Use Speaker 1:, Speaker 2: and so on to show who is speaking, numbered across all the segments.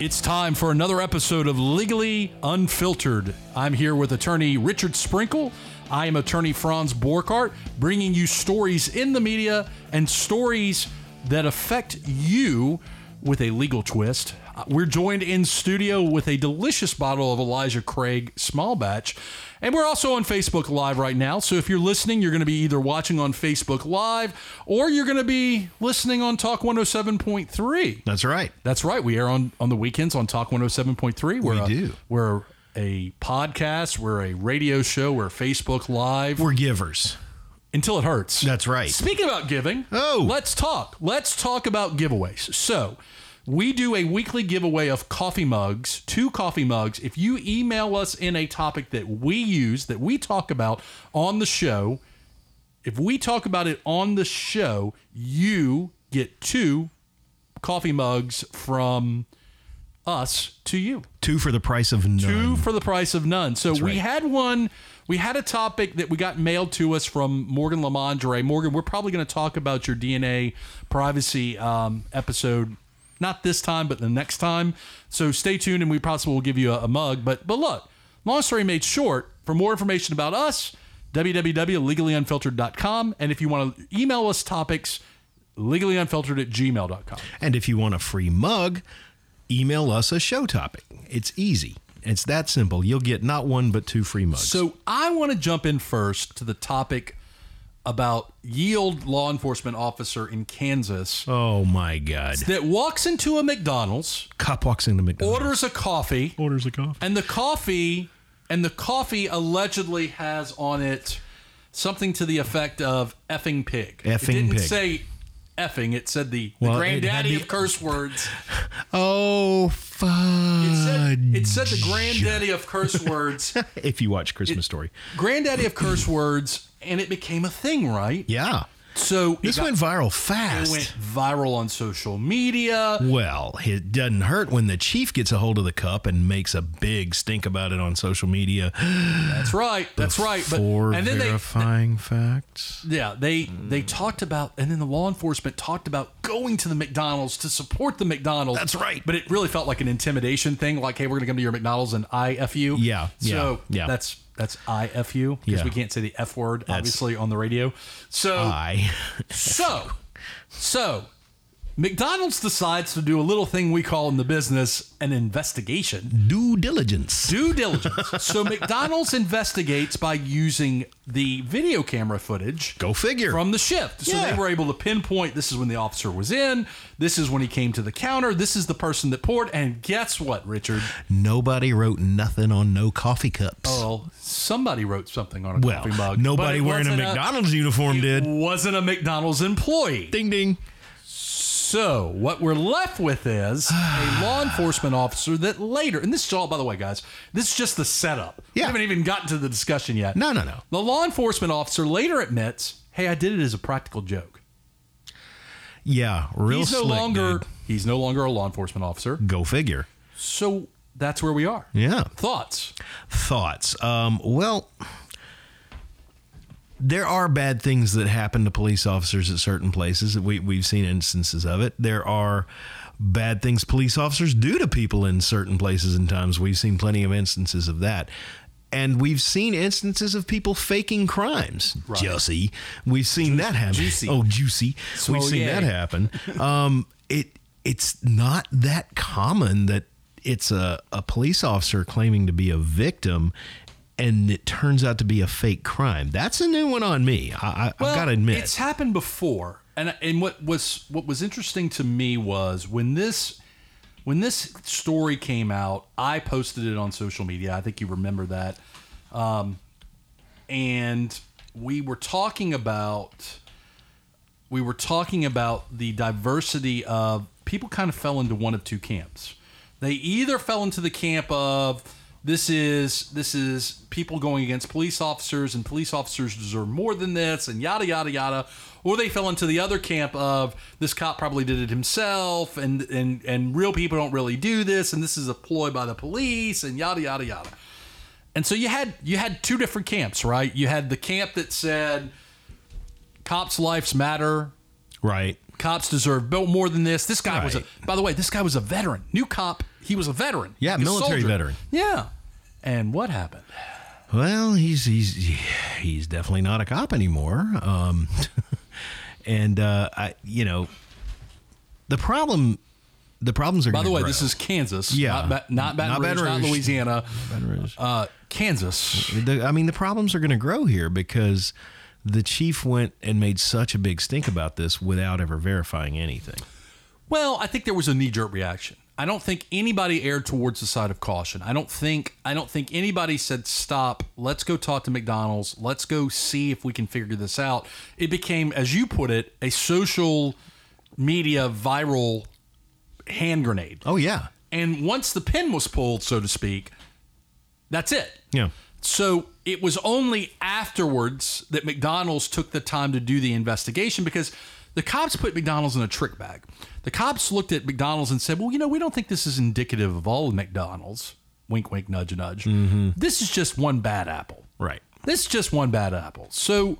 Speaker 1: It's time for another episode of Legally Unfiltered. I'm here with attorney Richard Sprinkle. I am attorney Franz Borkart, bringing you stories in the media and stories that affect you with a legal twist. Uh, We're joined in studio with a delicious bottle of Elijah Craig Small Batch. And we're also on Facebook Live right now. So if you're listening, you're going to be either watching on Facebook Live or you're going to be listening on Talk 107.3.
Speaker 2: That's right.
Speaker 1: That's right. We air on on the weekends on Talk 107.3. We're
Speaker 2: We
Speaker 1: a,
Speaker 2: do.
Speaker 1: We're a podcast. We're a radio show. We're Facebook Live
Speaker 2: We're givers.
Speaker 1: until it hurts.
Speaker 2: That's right.
Speaker 1: Speaking about giving,
Speaker 2: Oh.
Speaker 1: let's talk. Let's talk about giveaways. So, we do a weekly giveaway of coffee mugs, two coffee mugs. If you email us in a topic that we use, that we talk about on the show, if we talk about it on the show, you get two coffee mugs from us to you
Speaker 2: Two for the price of none.
Speaker 1: two for the price of none. So we
Speaker 2: right.
Speaker 1: had one. We had a topic that we got mailed to us from Morgan Lamondre. Morgan, we're probably going to talk about your DNA privacy um, episode, not this time, but the next time. So stay tuned, and we possibly will give you a, a mug. But but look, long story made short. For more information about us, www.legallyunfiltered.com, and if you want to email us topics, legallyunfiltered at gmail.com.
Speaker 2: And if you want a free mug, email us a show topic. It's easy. It's that simple. You'll get not one but two free mugs.
Speaker 1: So I want to jump in first to the topic about yield law enforcement officer in Kansas
Speaker 2: oh my God.
Speaker 1: that walks into a McDonald's,
Speaker 2: Cop walks into McDonald's.
Speaker 1: orders a coffee,
Speaker 2: orders a coffee.
Speaker 1: and the coffee and the coffee allegedly has on it something to the effect of effing pig. it
Speaker 2: Effing
Speaker 1: didn't
Speaker 2: pig.
Speaker 1: say effing, it said the, the
Speaker 2: Well, it
Speaker 1: granddaddy
Speaker 2: had the-
Speaker 1: of curse words.
Speaker 2: Oh fudge!
Speaker 1: It said, it said the granddaddy of curse words,
Speaker 2: if you watch Christmas Story,
Speaker 1: granddaddy of curse words, and it became a thing, right?
Speaker 2: yeah,
Speaker 1: So it
Speaker 2: this
Speaker 1: got-
Speaker 2: went viral
Speaker 1: It
Speaker 2: fast.
Speaker 1: went viral on social media.
Speaker 2: Well, it doesn't hurt when the chief gets a hold of the cup and makes a big stink about it on social media.
Speaker 1: That's right. That's right. But
Speaker 2: for
Speaker 1: and then they
Speaker 2: verifying facts.
Speaker 1: yeah, they
Speaker 2: Mm.
Speaker 1: they talked about and then the law enforcement talked about going to the McDonald's to support the McDonald's.
Speaker 2: That's right.
Speaker 1: But it really felt like an intimidation thing like hey, we're going to come to your McDonald's and I F you.
Speaker 2: Yeah, yeah,
Speaker 1: So
Speaker 2: yeah.
Speaker 1: that's that's I F you because
Speaker 2: Yeah. Ah,
Speaker 1: we can't say the F word obviously on the radio. So
Speaker 2: I
Speaker 1: So, so McDonald's decides to do a little thing we call in the business an investigation.
Speaker 2: due diligence.
Speaker 1: Due diligence. so McDonald's investigates by using the video camera footage
Speaker 2: Go figure.
Speaker 1: from the shift. So
Speaker 2: Yeah.
Speaker 1: they were able to pinpoint this is when the officer was in, this is when he came to the counter, this is the person that poured, and guess what, Richard?
Speaker 2: Nobody wrote nothing on no coffee cups.
Speaker 1: Well, somebody wrote something on a
Speaker 2: well,
Speaker 1: Oh, coffee mug.
Speaker 2: nobody
Speaker 1: but it
Speaker 2: wearing a
Speaker 1: wasn't
Speaker 2: McDonald's uniform
Speaker 1: It
Speaker 2: did.
Speaker 1: wasn't a McDonald's employee.
Speaker 2: Ding ding.
Speaker 1: So what we're left with is a law enforcement officer that later, and this is all, by the way, guys, this is just the setup. We
Speaker 2: Yeah.
Speaker 1: haven't even gotten to the discussion yet.
Speaker 2: No, no, no.
Speaker 1: The law enforcement officer later admits, "Hey, I did it as a practical joke."
Speaker 2: Yeah, real
Speaker 1: he's no
Speaker 2: slick,
Speaker 1: longer
Speaker 2: dude.
Speaker 1: he's no longer a law enforcement officer.
Speaker 2: Go figure.
Speaker 1: So that's where we are.
Speaker 2: Yeah.
Speaker 1: Thoughts?
Speaker 2: Thoughts. Um, well, there are bad things that happen to police officers at certain places. We, we've seen instances of it. There are bad things police officers do to people in certain places and times. We've seen plenty of instances of that. And we've seen instances of people faking crimes. Juicy. We've seen that happen.
Speaker 1: juicy.
Speaker 2: Oh, juicy. we've seen
Speaker 1: yeah.
Speaker 2: that happen. Um, it it's not that common that it's a, a police officer claiming to be a victim and it turns out to be a fake crime. That's a new one on me. I, I, I've got to
Speaker 1: it's
Speaker 2: admit.
Speaker 1: happened before. And and what was what was interesting to me was when this when this story came out, I posted it on social media. I think you remember that. Um, and we were talking about we were talking about the diversity of people kind of fell into one of two camps. They either fell into the camp of this is this is people going against police officers and police officers deserve more than this and yada yada yada or they fell into the other camp of this cop probably did it himself and and and real people don't really do this and this is a ploy by the police and yada yada yada. And so you had you had two different camps, right? You had the camp that said cops lives matter,
Speaker 2: Right.
Speaker 1: cops deserve built more than this. This guy was a
Speaker 2: Right.
Speaker 1: by the way, this guy was a veteran, new cop, He was a veteran.
Speaker 2: Yeah,
Speaker 1: like a
Speaker 2: military
Speaker 1: soldier.
Speaker 2: veteran.
Speaker 1: Yeah. And what happened?
Speaker 2: Well, he's he's he's definitely not a cop anymore. Um, and uh, I, you know, the problem, the problems are.
Speaker 1: By the way, this is Kansas.
Speaker 2: Yeah.
Speaker 1: Not, ba- not Baton
Speaker 2: Not
Speaker 1: Rouge,
Speaker 2: Baton
Speaker 1: not
Speaker 2: Rouge.
Speaker 1: Louisiana. Uh, Kansas.
Speaker 2: The, I mean, the problems are going to grow here because the chief went and made such a big stink about this without ever verifying anything.
Speaker 1: Well, I think there was a knee-jerk reaction. I don't think anybody erred towards the side of caution. I don't think I don't think anybody said stop. Let's go talk to McDonald's. Let's go see if we can figure this out. It became, as you put it, a social media viral hand grenade.
Speaker 2: Oh yeah,
Speaker 1: And once the pin was pulled, so to speak, that's it.
Speaker 2: yeah.
Speaker 1: So it was only afterwards that McDonald's took the time to do the investigation because the cops put McDonald's in a trick bag. The cops looked at McDonald's and said, "Well, you know, we don't think this is indicative of all of McDonald's." Wink, wink, nudge, nudge. This is just one bad apple.
Speaker 2: Right.
Speaker 1: This is just one bad apple. So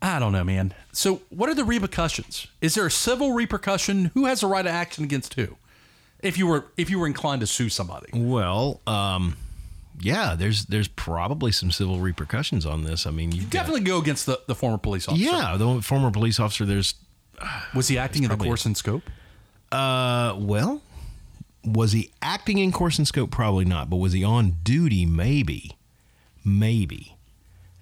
Speaker 1: I don't know, man. So what are the repercussions? Is there a civil repercussion? Who has a right of action against who? If you were if you were inclined to sue somebody.
Speaker 2: Well, um, yeah. There's there's probably some civil repercussions on this. I mean, you've got,
Speaker 1: Definitely go against the, the former police officer.
Speaker 2: yeah. The former police officer. There's
Speaker 1: Was he acting in the
Speaker 2: probably-
Speaker 1: course and scope?
Speaker 2: Uh, well, was he acting in course and scope? Probably not, but was he on duty? Maybe, maybe.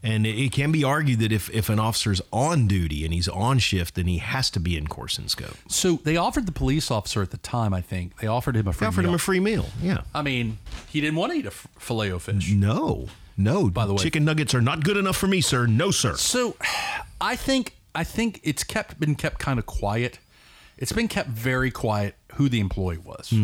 Speaker 2: And it, it can be argued that if, if an officer's on duty and he's on shift, then he has to be in course and scope.
Speaker 1: So they offered the police officer at the time, I think, they offered him a free
Speaker 2: They offered
Speaker 1: meal.
Speaker 2: him a free meal. Yeah.
Speaker 1: I mean, he didn't want to eat a f- filet o fish.
Speaker 2: No, no. By
Speaker 1: the way-
Speaker 2: chicken nuggets are not good enough for me, sir. No, sir.
Speaker 1: So I think I think it's kept been kept kind of quiet. It's been kept very quiet who the employee was.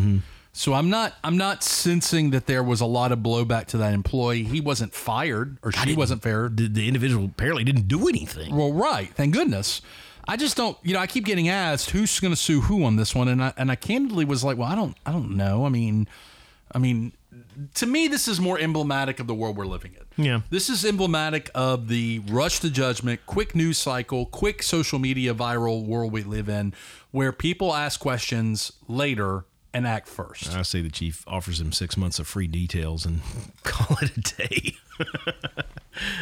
Speaker 1: So I'm not I'm not sensing that there was a lot of blowback to that employee. He wasn't fired or she wasn't fired.
Speaker 2: The, the individual apparently didn't do anything.
Speaker 1: Well, right. Thank goodness. I just don't. You know, I keep getting asked who's going to sue who on this one, and I and I candidly was like, well, I don't, I don't know. I mean, I mean, to me, this is more emblematic of the world we're living in.
Speaker 2: Yeah.
Speaker 1: This is emblematic of the rush to judgment, quick news cycle, quick social media viral world we live in, where people ask questions later and act first.
Speaker 2: I say the chief offers him six months of free details and call it a day.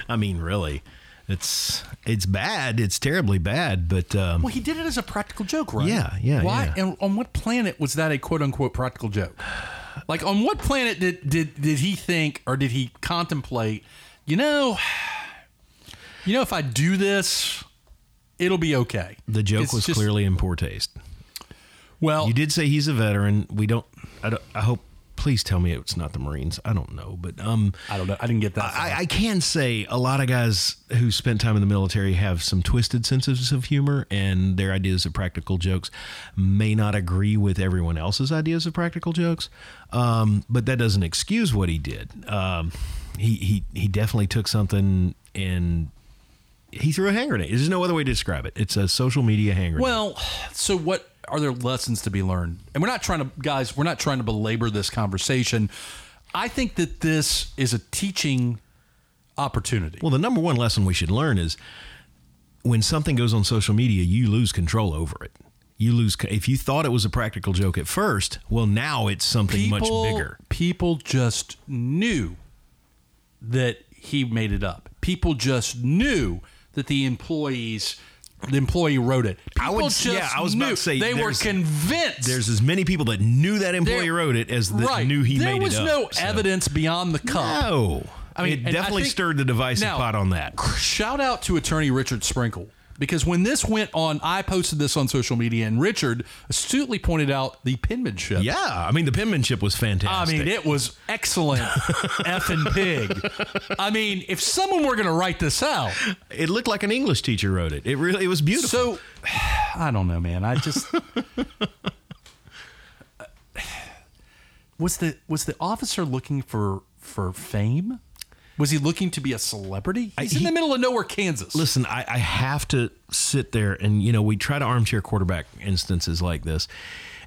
Speaker 2: I mean, really, it's it's bad. It's terribly bad. But um,
Speaker 1: Well, he did it as a practical joke, right?
Speaker 2: Yeah, yeah,
Speaker 1: Why?
Speaker 2: yeah.
Speaker 1: And on what planet was that a quote unquote practical joke? Like, on what planet did did did he think or did he contemplate? You know, you know, if I do this, it'll be okay.
Speaker 2: the joke
Speaker 1: It's
Speaker 2: was
Speaker 1: just-
Speaker 2: clearly in poor taste.
Speaker 1: Well,
Speaker 2: You did say he's a veteran. We don't. I, don't, I hope. Please tell me it's not the Marines. I don't know, but um,
Speaker 1: I don't know. I didn't get that.
Speaker 2: I, I can say a lot of guys who spent time in the military have some twisted senses of humor, and their ideas of practical jokes may not agree with everyone else's ideas of practical jokes. Um, but that doesn't excuse what he did. Um, he he he definitely took something and he threw a hand grenade. There's no other way to describe it. It's a social media hand grenade.
Speaker 1: well, so what are there lessons to be learned? And we're not trying to, guys. We're not trying to belabor this conversation. I think that this is a teaching opportunity.
Speaker 2: Well, the number one lesson we should learn is when something goes on social media, you lose control over it. You lose co- if you thought it was a practical joke at first. Well, now it's something much bigger.
Speaker 1: People just knew that he made it up. People just knew that the employees, the employee wrote it. People
Speaker 2: I would-
Speaker 1: just
Speaker 2: yeah, I was about
Speaker 1: knew.
Speaker 2: to say,
Speaker 1: they were
Speaker 2: there's-
Speaker 1: convinced.
Speaker 2: There's as many people that knew that employee
Speaker 1: There-
Speaker 2: wrote it as that
Speaker 1: right.
Speaker 2: knew he
Speaker 1: there
Speaker 2: made
Speaker 1: was
Speaker 2: it up.
Speaker 1: no
Speaker 2: So-
Speaker 1: evidence beyond the cup.
Speaker 2: No,
Speaker 1: I mean, and
Speaker 2: it
Speaker 1: I
Speaker 2: definitely
Speaker 1: think-
Speaker 2: stirred the divisive
Speaker 1: Now-
Speaker 2: pot on that.
Speaker 1: Shout out to attorney Richard Sprinkle because when this went on, I posted this on social media, and Richard astutely pointed out the penmanship.
Speaker 2: Yeah, I mean the penmanship was
Speaker 1: I
Speaker 2: fantastic.
Speaker 1: mean, it was excellent, effing pig. I mean, if someone were going to write this out,
Speaker 2: it looked like an English teacher wrote it. It really it was beautiful.
Speaker 1: so I don't know, man. I just uh, was the was the officer looking for for fame? Was he looking to be a celebrity? He's in
Speaker 2: he-
Speaker 1: the middle of nowhere, Kansas.
Speaker 2: listen, I, I have to sit there and you know we try to armchair quarterback instances like this,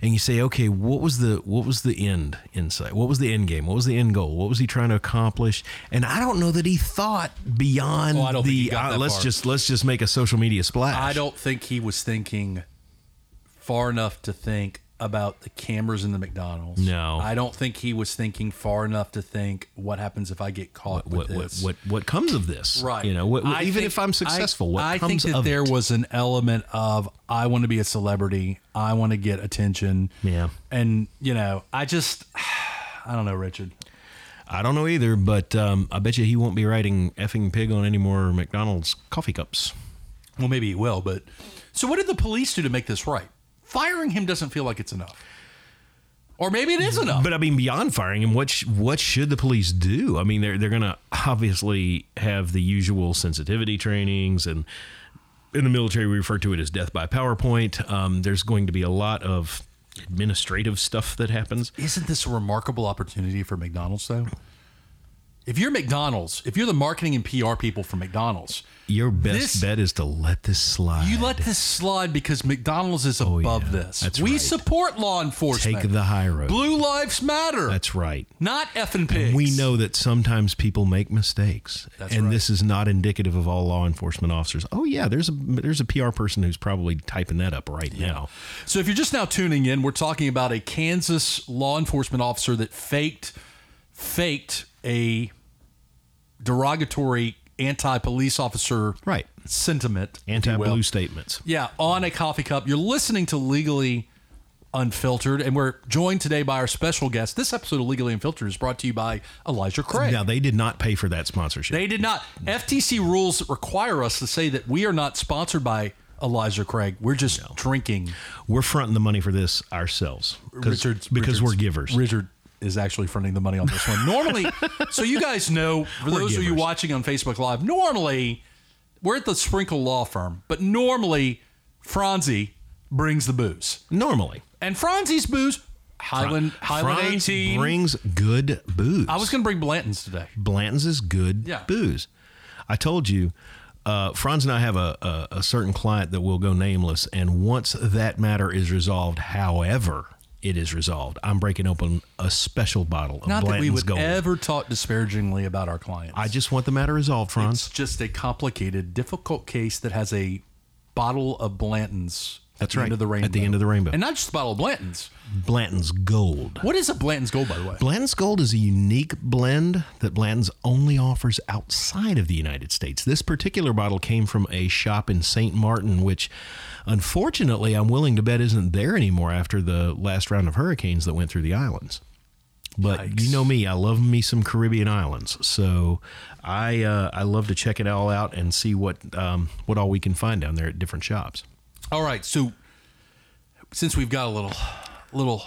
Speaker 2: and you say, okay, what was the what was the end insight? What was the end game? What was the end goal? What was he trying to accomplish? And I don't know that he thought beyond
Speaker 1: Oh, I don't think he
Speaker 2: the
Speaker 1: got
Speaker 2: uh,
Speaker 1: that
Speaker 2: let's
Speaker 1: far.
Speaker 2: just let's just make a social media splash.
Speaker 1: I don't think he was thinking far enough to think about the cameras in the McDonald's.
Speaker 2: No.
Speaker 1: I don't think he was thinking far enough to think what happens if I get caught
Speaker 2: What,
Speaker 1: with
Speaker 2: what
Speaker 1: this.
Speaker 2: what what comes of this?
Speaker 1: Right.
Speaker 2: You know, what, what-
Speaker 1: I
Speaker 2: even
Speaker 1: think-
Speaker 2: if I'm successful,
Speaker 1: I,
Speaker 2: what
Speaker 1: I
Speaker 2: comes
Speaker 1: think that
Speaker 2: of
Speaker 1: there
Speaker 2: it?
Speaker 1: was an element of I want to be a celebrity. I want to get attention.
Speaker 2: Yeah.
Speaker 1: And you know, I just I don't know, Richard.
Speaker 2: I don't know either, but um, I bet you he won't be writing effing pig on any more McDonald's coffee cups.
Speaker 1: Well, maybe he will, but so what did the police do to make this right? Firing him doesn't feel like it's enough. Or maybe it is enough.
Speaker 2: But I mean, beyond firing him, what sh- what should the police do? I mean, they're they're gonna obviously have the usual sensitivity trainings, and in the military we refer to it as death by PowerPoint. Um, there's going to be a lot of administrative stuff that happens.
Speaker 1: Isn't this a remarkable opportunity for McDonald's though? If you're McDonald's, if you're the marketing and PR people for McDonald's,
Speaker 2: Your best
Speaker 1: This-
Speaker 2: bet is to let this slide.
Speaker 1: you let this slide because McDonald's is above
Speaker 2: Oh, yeah.
Speaker 1: this.
Speaker 2: That's
Speaker 1: we
Speaker 2: right.
Speaker 1: support law enforcement.
Speaker 2: take the high road.
Speaker 1: Blue lives matter.
Speaker 2: That's right.
Speaker 1: not effing pigs.
Speaker 2: We know that sometimes people make mistakes,
Speaker 1: That's
Speaker 2: and
Speaker 1: right.
Speaker 2: this is not indicative of all law enforcement officers. Oh yeah, there's a there's a PR person who's probably typing that up right now.
Speaker 1: So if you're just now tuning in, we're talking about a Kansas law enforcement officer that faked faked a derogatory anti-police officer
Speaker 2: Right.
Speaker 1: sentiment, if you
Speaker 2: Anti
Speaker 1: will.
Speaker 2: blue statements.
Speaker 1: Yeah, on a coffee cup. You're listening to Legally Unfiltered, and we're joined today by our special guest. This episode of Legally Unfiltered is brought to you by Elijah Craig.
Speaker 2: Now they did not pay for that sponsorship.
Speaker 1: They did not. FTC rules require us to say that we are not sponsored by Elijah Craig. We're just drinking.
Speaker 2: We're fronting the money for this ourselves, 'cause-
Speaker 1: Richard's
Speaker 2: because
Speaker 1: Richard's-
Speaker 2: we're givers.
Speaker 1: Richard is actually fronting the money on this one. Normally, so you guys know for those of you
Speaker 2: givers.
Speaker 1: watching on Facebook Live, normally we're at the Sprinkle Law Firm, but normally Franzi brings the booze,
Speaker 2: Normally,
Speaker 1: and Franzi's booze Highland Highland
Speaker 2: Franz
Speaker 1: eighteen.
Speaker 2: brings good booze.
Speaker 1: I was going to bring Blanton's today.
Speaker 2: Blanton's is good
Speaker 1: Yeah.
Speaker 2: booze. I told you, uh, Franz and I have a, a, a certain client that will go nameless, and once that matter is resolved, however it is resolved, I'm breaking open a special bottle of
Speaker 1: Not that
Speaker 2: Blanton's
Speaker 1: we would
Speaker 2: Gold.
Speaker 1: ever talk disparagingly about our clients.
Speaker 2: I just want the matter resolved, Franz.
Speaker 1: it's just a complicated, difficult case that has a bottle of Blanton's.
Speaker 2: That's
Speaker 1: at the
Speaker 2: right,
Speaker 1: End of the rainbow.
Speaker 2: at the end of the rainbow.
Speaker 1: and not just a bottle of Blanton's.
Speaker 2: Blanton's Gold.
Speaker 1: What is a Blanton's Gold, by the way?
Speaker 2: Blanton's Gold is a unique blend that Blanton's only offers outside of the United States. This particular bottle came from a shop in St. Martin, which unfortunately I'm willing to bet isn't there anymore after the last round of hurricanes that went through the islands. But you know me, I love me some Caribbean islands, so I uh, I love to check it all out and see what um, what all we can find down there at different shops.
Speaker 1: All right, so since we've got a little, little,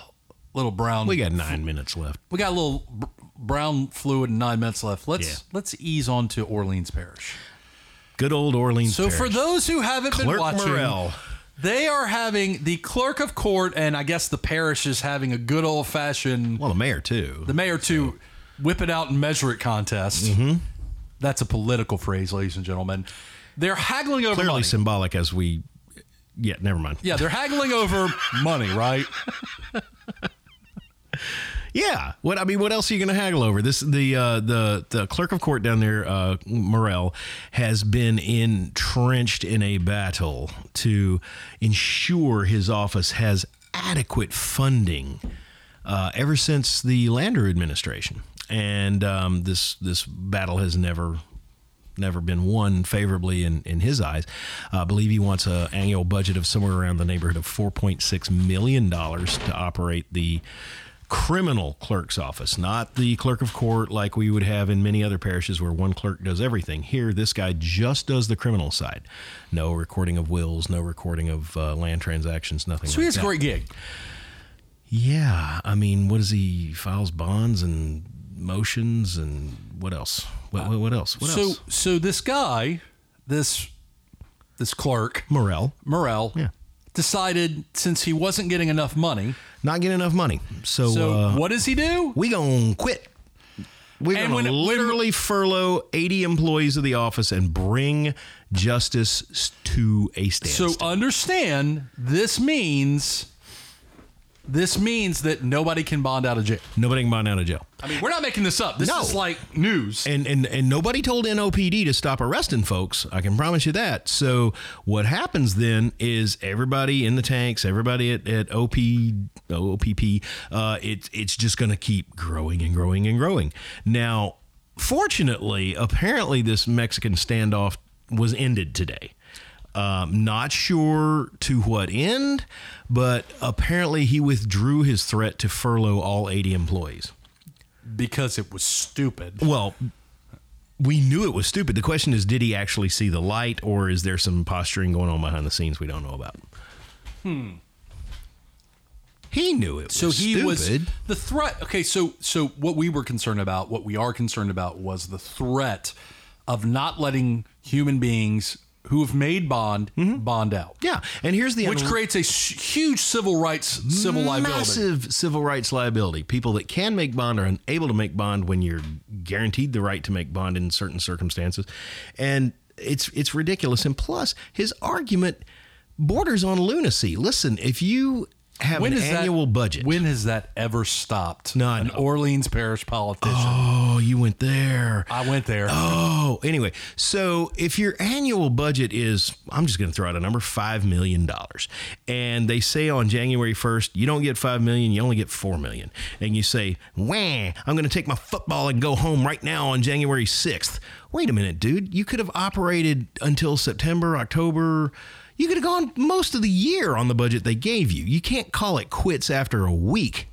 Speaker 1: little brown,
Speaker 2: We got nine minutes left.
Speaker 1: we got a little br- brown fluid and nine minutes left. Let's
Speaker 2: Yeah.
Speaker 1: let's ease on to Orleans Parish.
Speaker 2: Good old Orleans.
Speaker 1: So for
Speaker 2: Parish.
Speaker 1: those who haven't been
Speaker 2: Clerk
Speaker 1: watching,
Speaker 2: Morrell.
Speaker 1: they are having the clerk of court, and I guess the parish is having a good old fashioned
Speaker 2: well, the mayor too.
Speaker 1: the mayor to whip it out and measure it contest.
Speaker 2: Mm-hmm.
Speaker 1: That's a political phrase, ladies and gentlemen. They're haggling over
Speaker 2: clearly
Speaker 1: money.
Speaker 2: symbolic as we yeah never mind
Speaker 1: Yeah, they're haggling over money, right?
Speaker 2: yeah what i mean what else are you gonna haggle over this the uh the the clerk of court down there uh morel has been entrenched in a battle to ensure his office has adequate funding uh, ever since the lander administration and um, this this battle has never never been won favorably in, in his eyes. Uh, I believe he wants an annual budget of somewhere around the neighborhood of $4.6 million to operate the criminal clerk's office, not the clerk of court like we would have in many other parishes where one clerk does everything. Here, this guy just does the criminal side. No recording of wills, no recording of uh, land transactions, nothing
Speaker 1: So
Speaker 2: like
Speaker 1: he has a
Speaker 2: that.
Speaker 1: great gig.
Speaker 2: Yeah, I mean, what is he files bonds and motions and what else? What, what, what else? What
Speaker 1: so
Speaker 2: else?
Speaker 1: so this guy, this this clerk,
Speaker 2: Morel,
Speaker 1: Morel,
Speaker 2: Yeah.
Speaker 1: decided since he wasn't getting enough money,
Speaker 2: not getting enough money. So,
Speaker 1: so
Speaker 2: uh,
Speaker 1: what does he do?
Speaker 2: we gonna quit. We're
Speaker 1: And
Speaker 2: gonna
Speaker 1: when- when-
Speaker 2: literally furlough 80 employees of the office and bring justice s- to a
Speaker 1: So
Speaker 2: standstill.
Speaker 1: understand this means This means that nobody can bond out of jail.
Speaker 2: Nobody can bond out of jail.
Speaker 1: I mean, we're not making this up. This
Speaker 2: No.
Speaker 1: is like news.
Speaker 2: And, and and nobody told NOPD to stop arresting folks. I can promise you that. So what happens then is everybody in the tanks, everybody at, at OP OPP, uh, it's it's just going to keep growing and growing and growing. Now, fortunately, apparently this Mexican standoff was ended today. Um, not sure to what end, but apparently he withdrew his threat to furlough all 80 employees.
Speaker 1: because it was stupid.
Speaker 2: Well, we knew it was stupid. The question is, did he actually see the light, or is there some posturing going on behind the scenes we don't know about? Hmm. He knew it.
Speaker 1: So
Speaker 2: was
Speaker 1: he
Speaker 2: stupid.
Speaker 1: was the threat. Okay, so so what we were concerned about, what we are concerned about, was the threat of not letting human beings who have made bond bond out,
Speaker 2: Yeah, Mm-hmm. and here's the
Speaker 1: which
Speaker 2: unre-
Speaker 1: creates a s- huge civil rights civil liability.
Speaker 2: massive civil rights liability. People that can make bond are unable to make bond when you're guaranteed the right to make bond in certain circumstances, and it's it's ridiculous. And plus, his argument borders on lunacy. Listen, if you have
Speaker 1: When
Speaker 2: an
Speaker 1: is that-
Speaker 2: annual budget,
Speaker 1: When has that ever stopped?
Speaker 2: No, I
Speaker 1: an
Speaker 2: know.
Speaker 1: Orleans parish politician.
Speaker 2: oh, you went there.
Speaker 1: I went there.
Speaker 2: Oh, anyway, so if your annual budget is, I'm just going to throw out a number, five million dollars, and they say on January 1st you don't get five million, you only get four million, and you say, "Wah, I'm going to take my football and go home right now on January 6th." Wait a minute, dude, you could have operated until September, October. You could have gone most of the year on the budget they gave you. You can't call it quits after a week.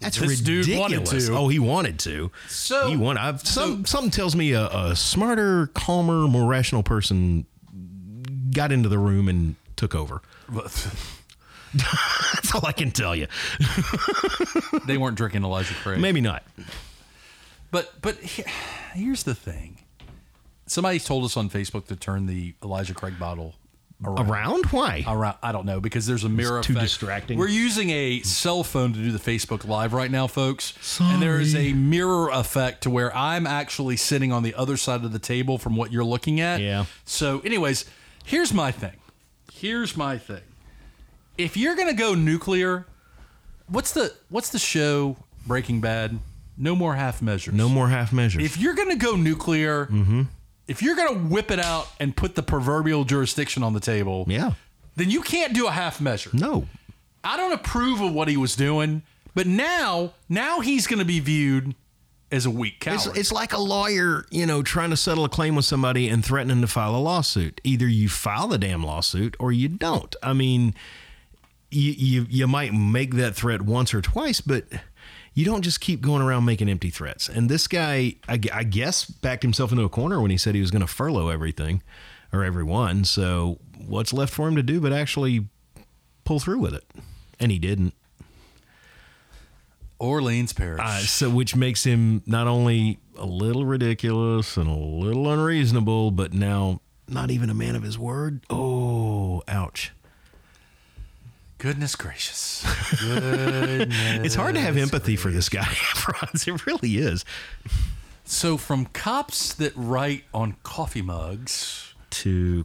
Speaker 2: That's
Speaker 1: This
Speaker 2: ridiculous.
Speaker 1: dude wanted to.
Speaker 2: Oh, he wanted to.
Speaker 1: So-
Speaker 2: he wanted. I've, some something tells me a, a smarter, calmer, more rational person got into the room and took over. That's all I can tell you.
Speaker 1: they weren't drinking Elijah Craig.
Speaker 2: Maybe not.
Speaker 1: But but he- here's the thing. Somebody told us on Facebook to turn the Elijah Craig bottle around.
Speaker 2: Around why?
Speaker 1: around. I don't know because there's a mirror
Speaker 2: too
Speaker 1: effect.
Speaker 2: distracting.
Speaker 1: We're using a cell phone to do the Facebook Live right now, folks. And there is
Speaker 2: Sorry.
Speaker 1: a mirror effect to where I'm actually sitting on the other side of the table from what you're looking at.
Speaker 2: Yeah.
Speaker 1: So, anyways, here's my thing. Here's my thing. If you're gonna go nuclear, what's the what's the show Breaking Bad? No more half measures.
Speaker 2: no more Mm-hmm. half measures.
Speaker 1: If you're gonna go nuclear, if you're gonna whip it out and put the proverbial jurisdiction on the table,
Speaker 2: yeah.
Speaker 1: then you can't do a half measure.
Speaker 2: No.
Speaker 1: I don't approve of what he was doing, but now now he's going to be viewed as a weak coward.
Speaker 2: It's, it's like a lawyer, you know, trying to settle a claim with somebody and threatening to file a lawsuit. Either you file the damn lawsuit or you don't. I mean, you, you you might make that threat once or twice, but you don't just keep going around making empty threats. And this guy, I, gu- I guess, backed himself into a corner when he said he was going to furlough everything or everyone. So what's left for him to do but actually pull through with it? And he didn't.
Speaker 1: Orleans Parish.
Speaker 2: Uh, so, which makes him not only a little ridiculous and a little unreasonable, but now not even a man of his word. Oh, ouch!
Speaker 1: Goodness gracious.
Speaker 2: It's hard to have empathy for this guy, Franz. It really is.
Speaker 1: so from cops that write on coffee mugs
Speaker 2: To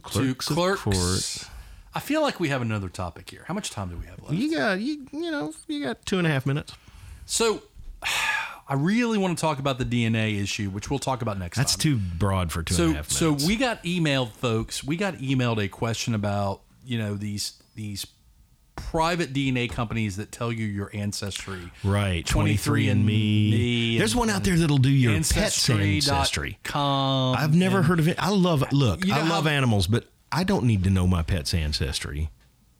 Speaker 1: to
Speaker 2: clerks, of court.
Speaker 1: clerks, I feel like we have another topic here. How much time do we have left?
Speaker 2: you got you you know you got two and a half minutes.
Speaker 1: So I really want to talk about the DNA issue, which we'll talk about next
Speaker 2: That's
Speaker 1: time.
Speaker 2: too broad for two and a
Speaker 1: so
Speaker 2: half
Speaker 1: so
Speaker 2: minutes.
Speaker 1: we got emailed folks we got emailed a question about you know these these private dna companies that tell you your ancestry
Speaker 2: right,
Speaker 1: 23 and me
Speaker 2: There's
Speaker 1: and
Speaker 2: one out there that'll do your pet's
Speaker 1: ancestry
Speaker 2: ancestry.
Speaker 1: dot com.
Speaker 2: I've never heard of it. I love look.
Speaker 1: You know
Speaker 2: I love
Speaker 1: how-
Speaker 2: animals, but I don't need to know my pet's ancestry.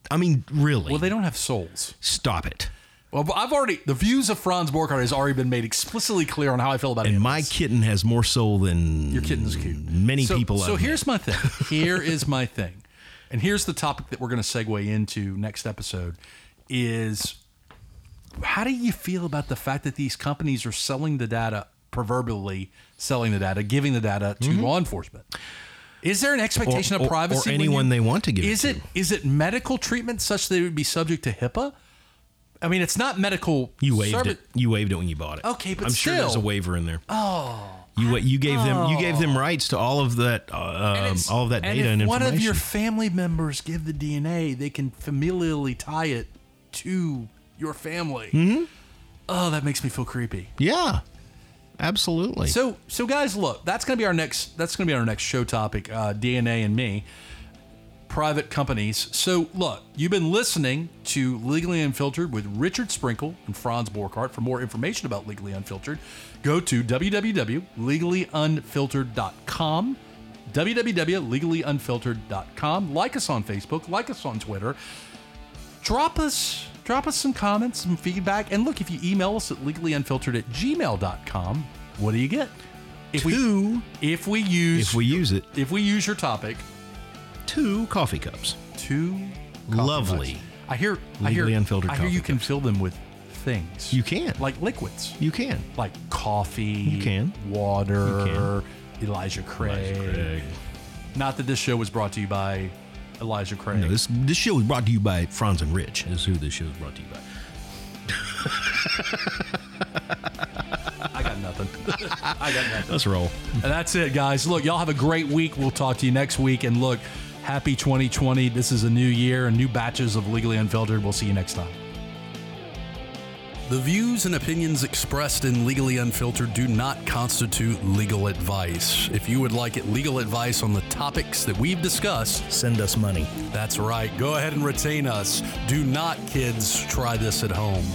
Speaker 2: I mean, really.
Speaker 1: well they don't have souls
Speaker 2: stop it.
Speaker 1: well i've already the views of franz borkhardt has already been made explicitly clear on how i feel about it
Speaker 2: And my kitten has more soul than
Speaker 1: your kitten's cute
Speaker 2: Many
Speaker 1: so,
Speaker 2: people.
Speaker 1: So
Speaker 2: I've
Speaker 1: here's my thing. Here is my thing, and here's the topic that we're going to segue into next episode is how do you feel about the fact that these companies are selling the data proverbially selling the data, giving the data to law enforcement? Is there an expectation
Speaker 2: Mm-hmm. Or- or-
Speaker 1: of
Speaker 2: or
Speaker 1: privacy? when
Speaker 2: anyone
Speaker 1: you-
Speaker 2: they want to give it
Speaker 1: Is it
Speaker 2: to.
Speaker 1: is it medical treatment such that it would be subject to HIPAA? I mean, it's not medical.
Speaker 2: met. you waived
Speaker 1: servi-
Speaker 2: it. You waived it when you bought it.
Speaker 1: Okay, but
Speaker 2: I'm sure there's a
Speaker 1: still.
Speaker 2: waiver in there. Oh, you wa- you gave them you gave them rights to all of that uh,
Speaker 1: And
Speaker 2: um,
Speaker 1: it's-
Speaker 2: all of that
Speaker 1: and
Speaker 2: data
Speaker 1: if
Speaker 2: and
Speaker 1: one
Speaker 2: information.
Speaker 1: of your family members give the DNA, they can familially tie it to your family.
Speaker 2: Mm-hmm.
Speaker 1: Oh, that makes me feel creepy.
Speaker 2: Yeah, absolutely.
Speaker 1: So, so guys, look, that's gonna be our next. That's gonna be our next show topic. Uh, DNA and me, private companies. So, look, you've been listening to Legally Unfiltered with Richard Sprinkle and Franz Borkart. For more information about Legally Unfiltered, go to www.legallyunfiltered.com. www.legallyunfiltered.com. Like us on Facebook. Like us on Twitter drop us drop us some comments some feedback and look if you email us at legallyunfiltered at gmail.com what do you get if
Speaker 2: two,
Speaker 1: we if we use
Speaker 2: if we use it,
Speaker 1: if we use your topic
Speaker 2: two coffee cups.
Speaker 1: two coffee
Speaker 2: Lovely.
Speaker 1: mugs. i hear i
Speaker 2: Legally
Speaker 1: hear
Speaker 2: Unfiltered
Speaker 1: i hear you
Speaker 2: coffee
Speaker 1: can fill them with things
Speaker 2: You can.
Speaker 1: like liquids
Speaker 2: You can.
Speaker 1: like coffee you
Speaker 2: can.
Speaker 1: water elijah craig.
Speaker 2: Craig.
Speaker 1: not that this show was brought to you by elijah craig
Speaker 2: No, this this show is brought to you by Franz and Rich. Is who this show is brought to you by.
Speaker 1: i got nothing i got nothing
Speaker 2: Let's roll.
Speaker 1: And that's it, guys. Look, y'all have a great week. We'll talk to you next week. And look, happy 2020. This is a new year and new batches of Legally Unfiltered. We'll see you next time. The views and opinions expressed in Legally Unfiltered do not constitute legal advice. If you would like it, legal advice on the topics that we've discussed,
Speaker 2: Send us money.
Speaker 1: that's right. Go ahead and retain us. Do not, kids, try this at home.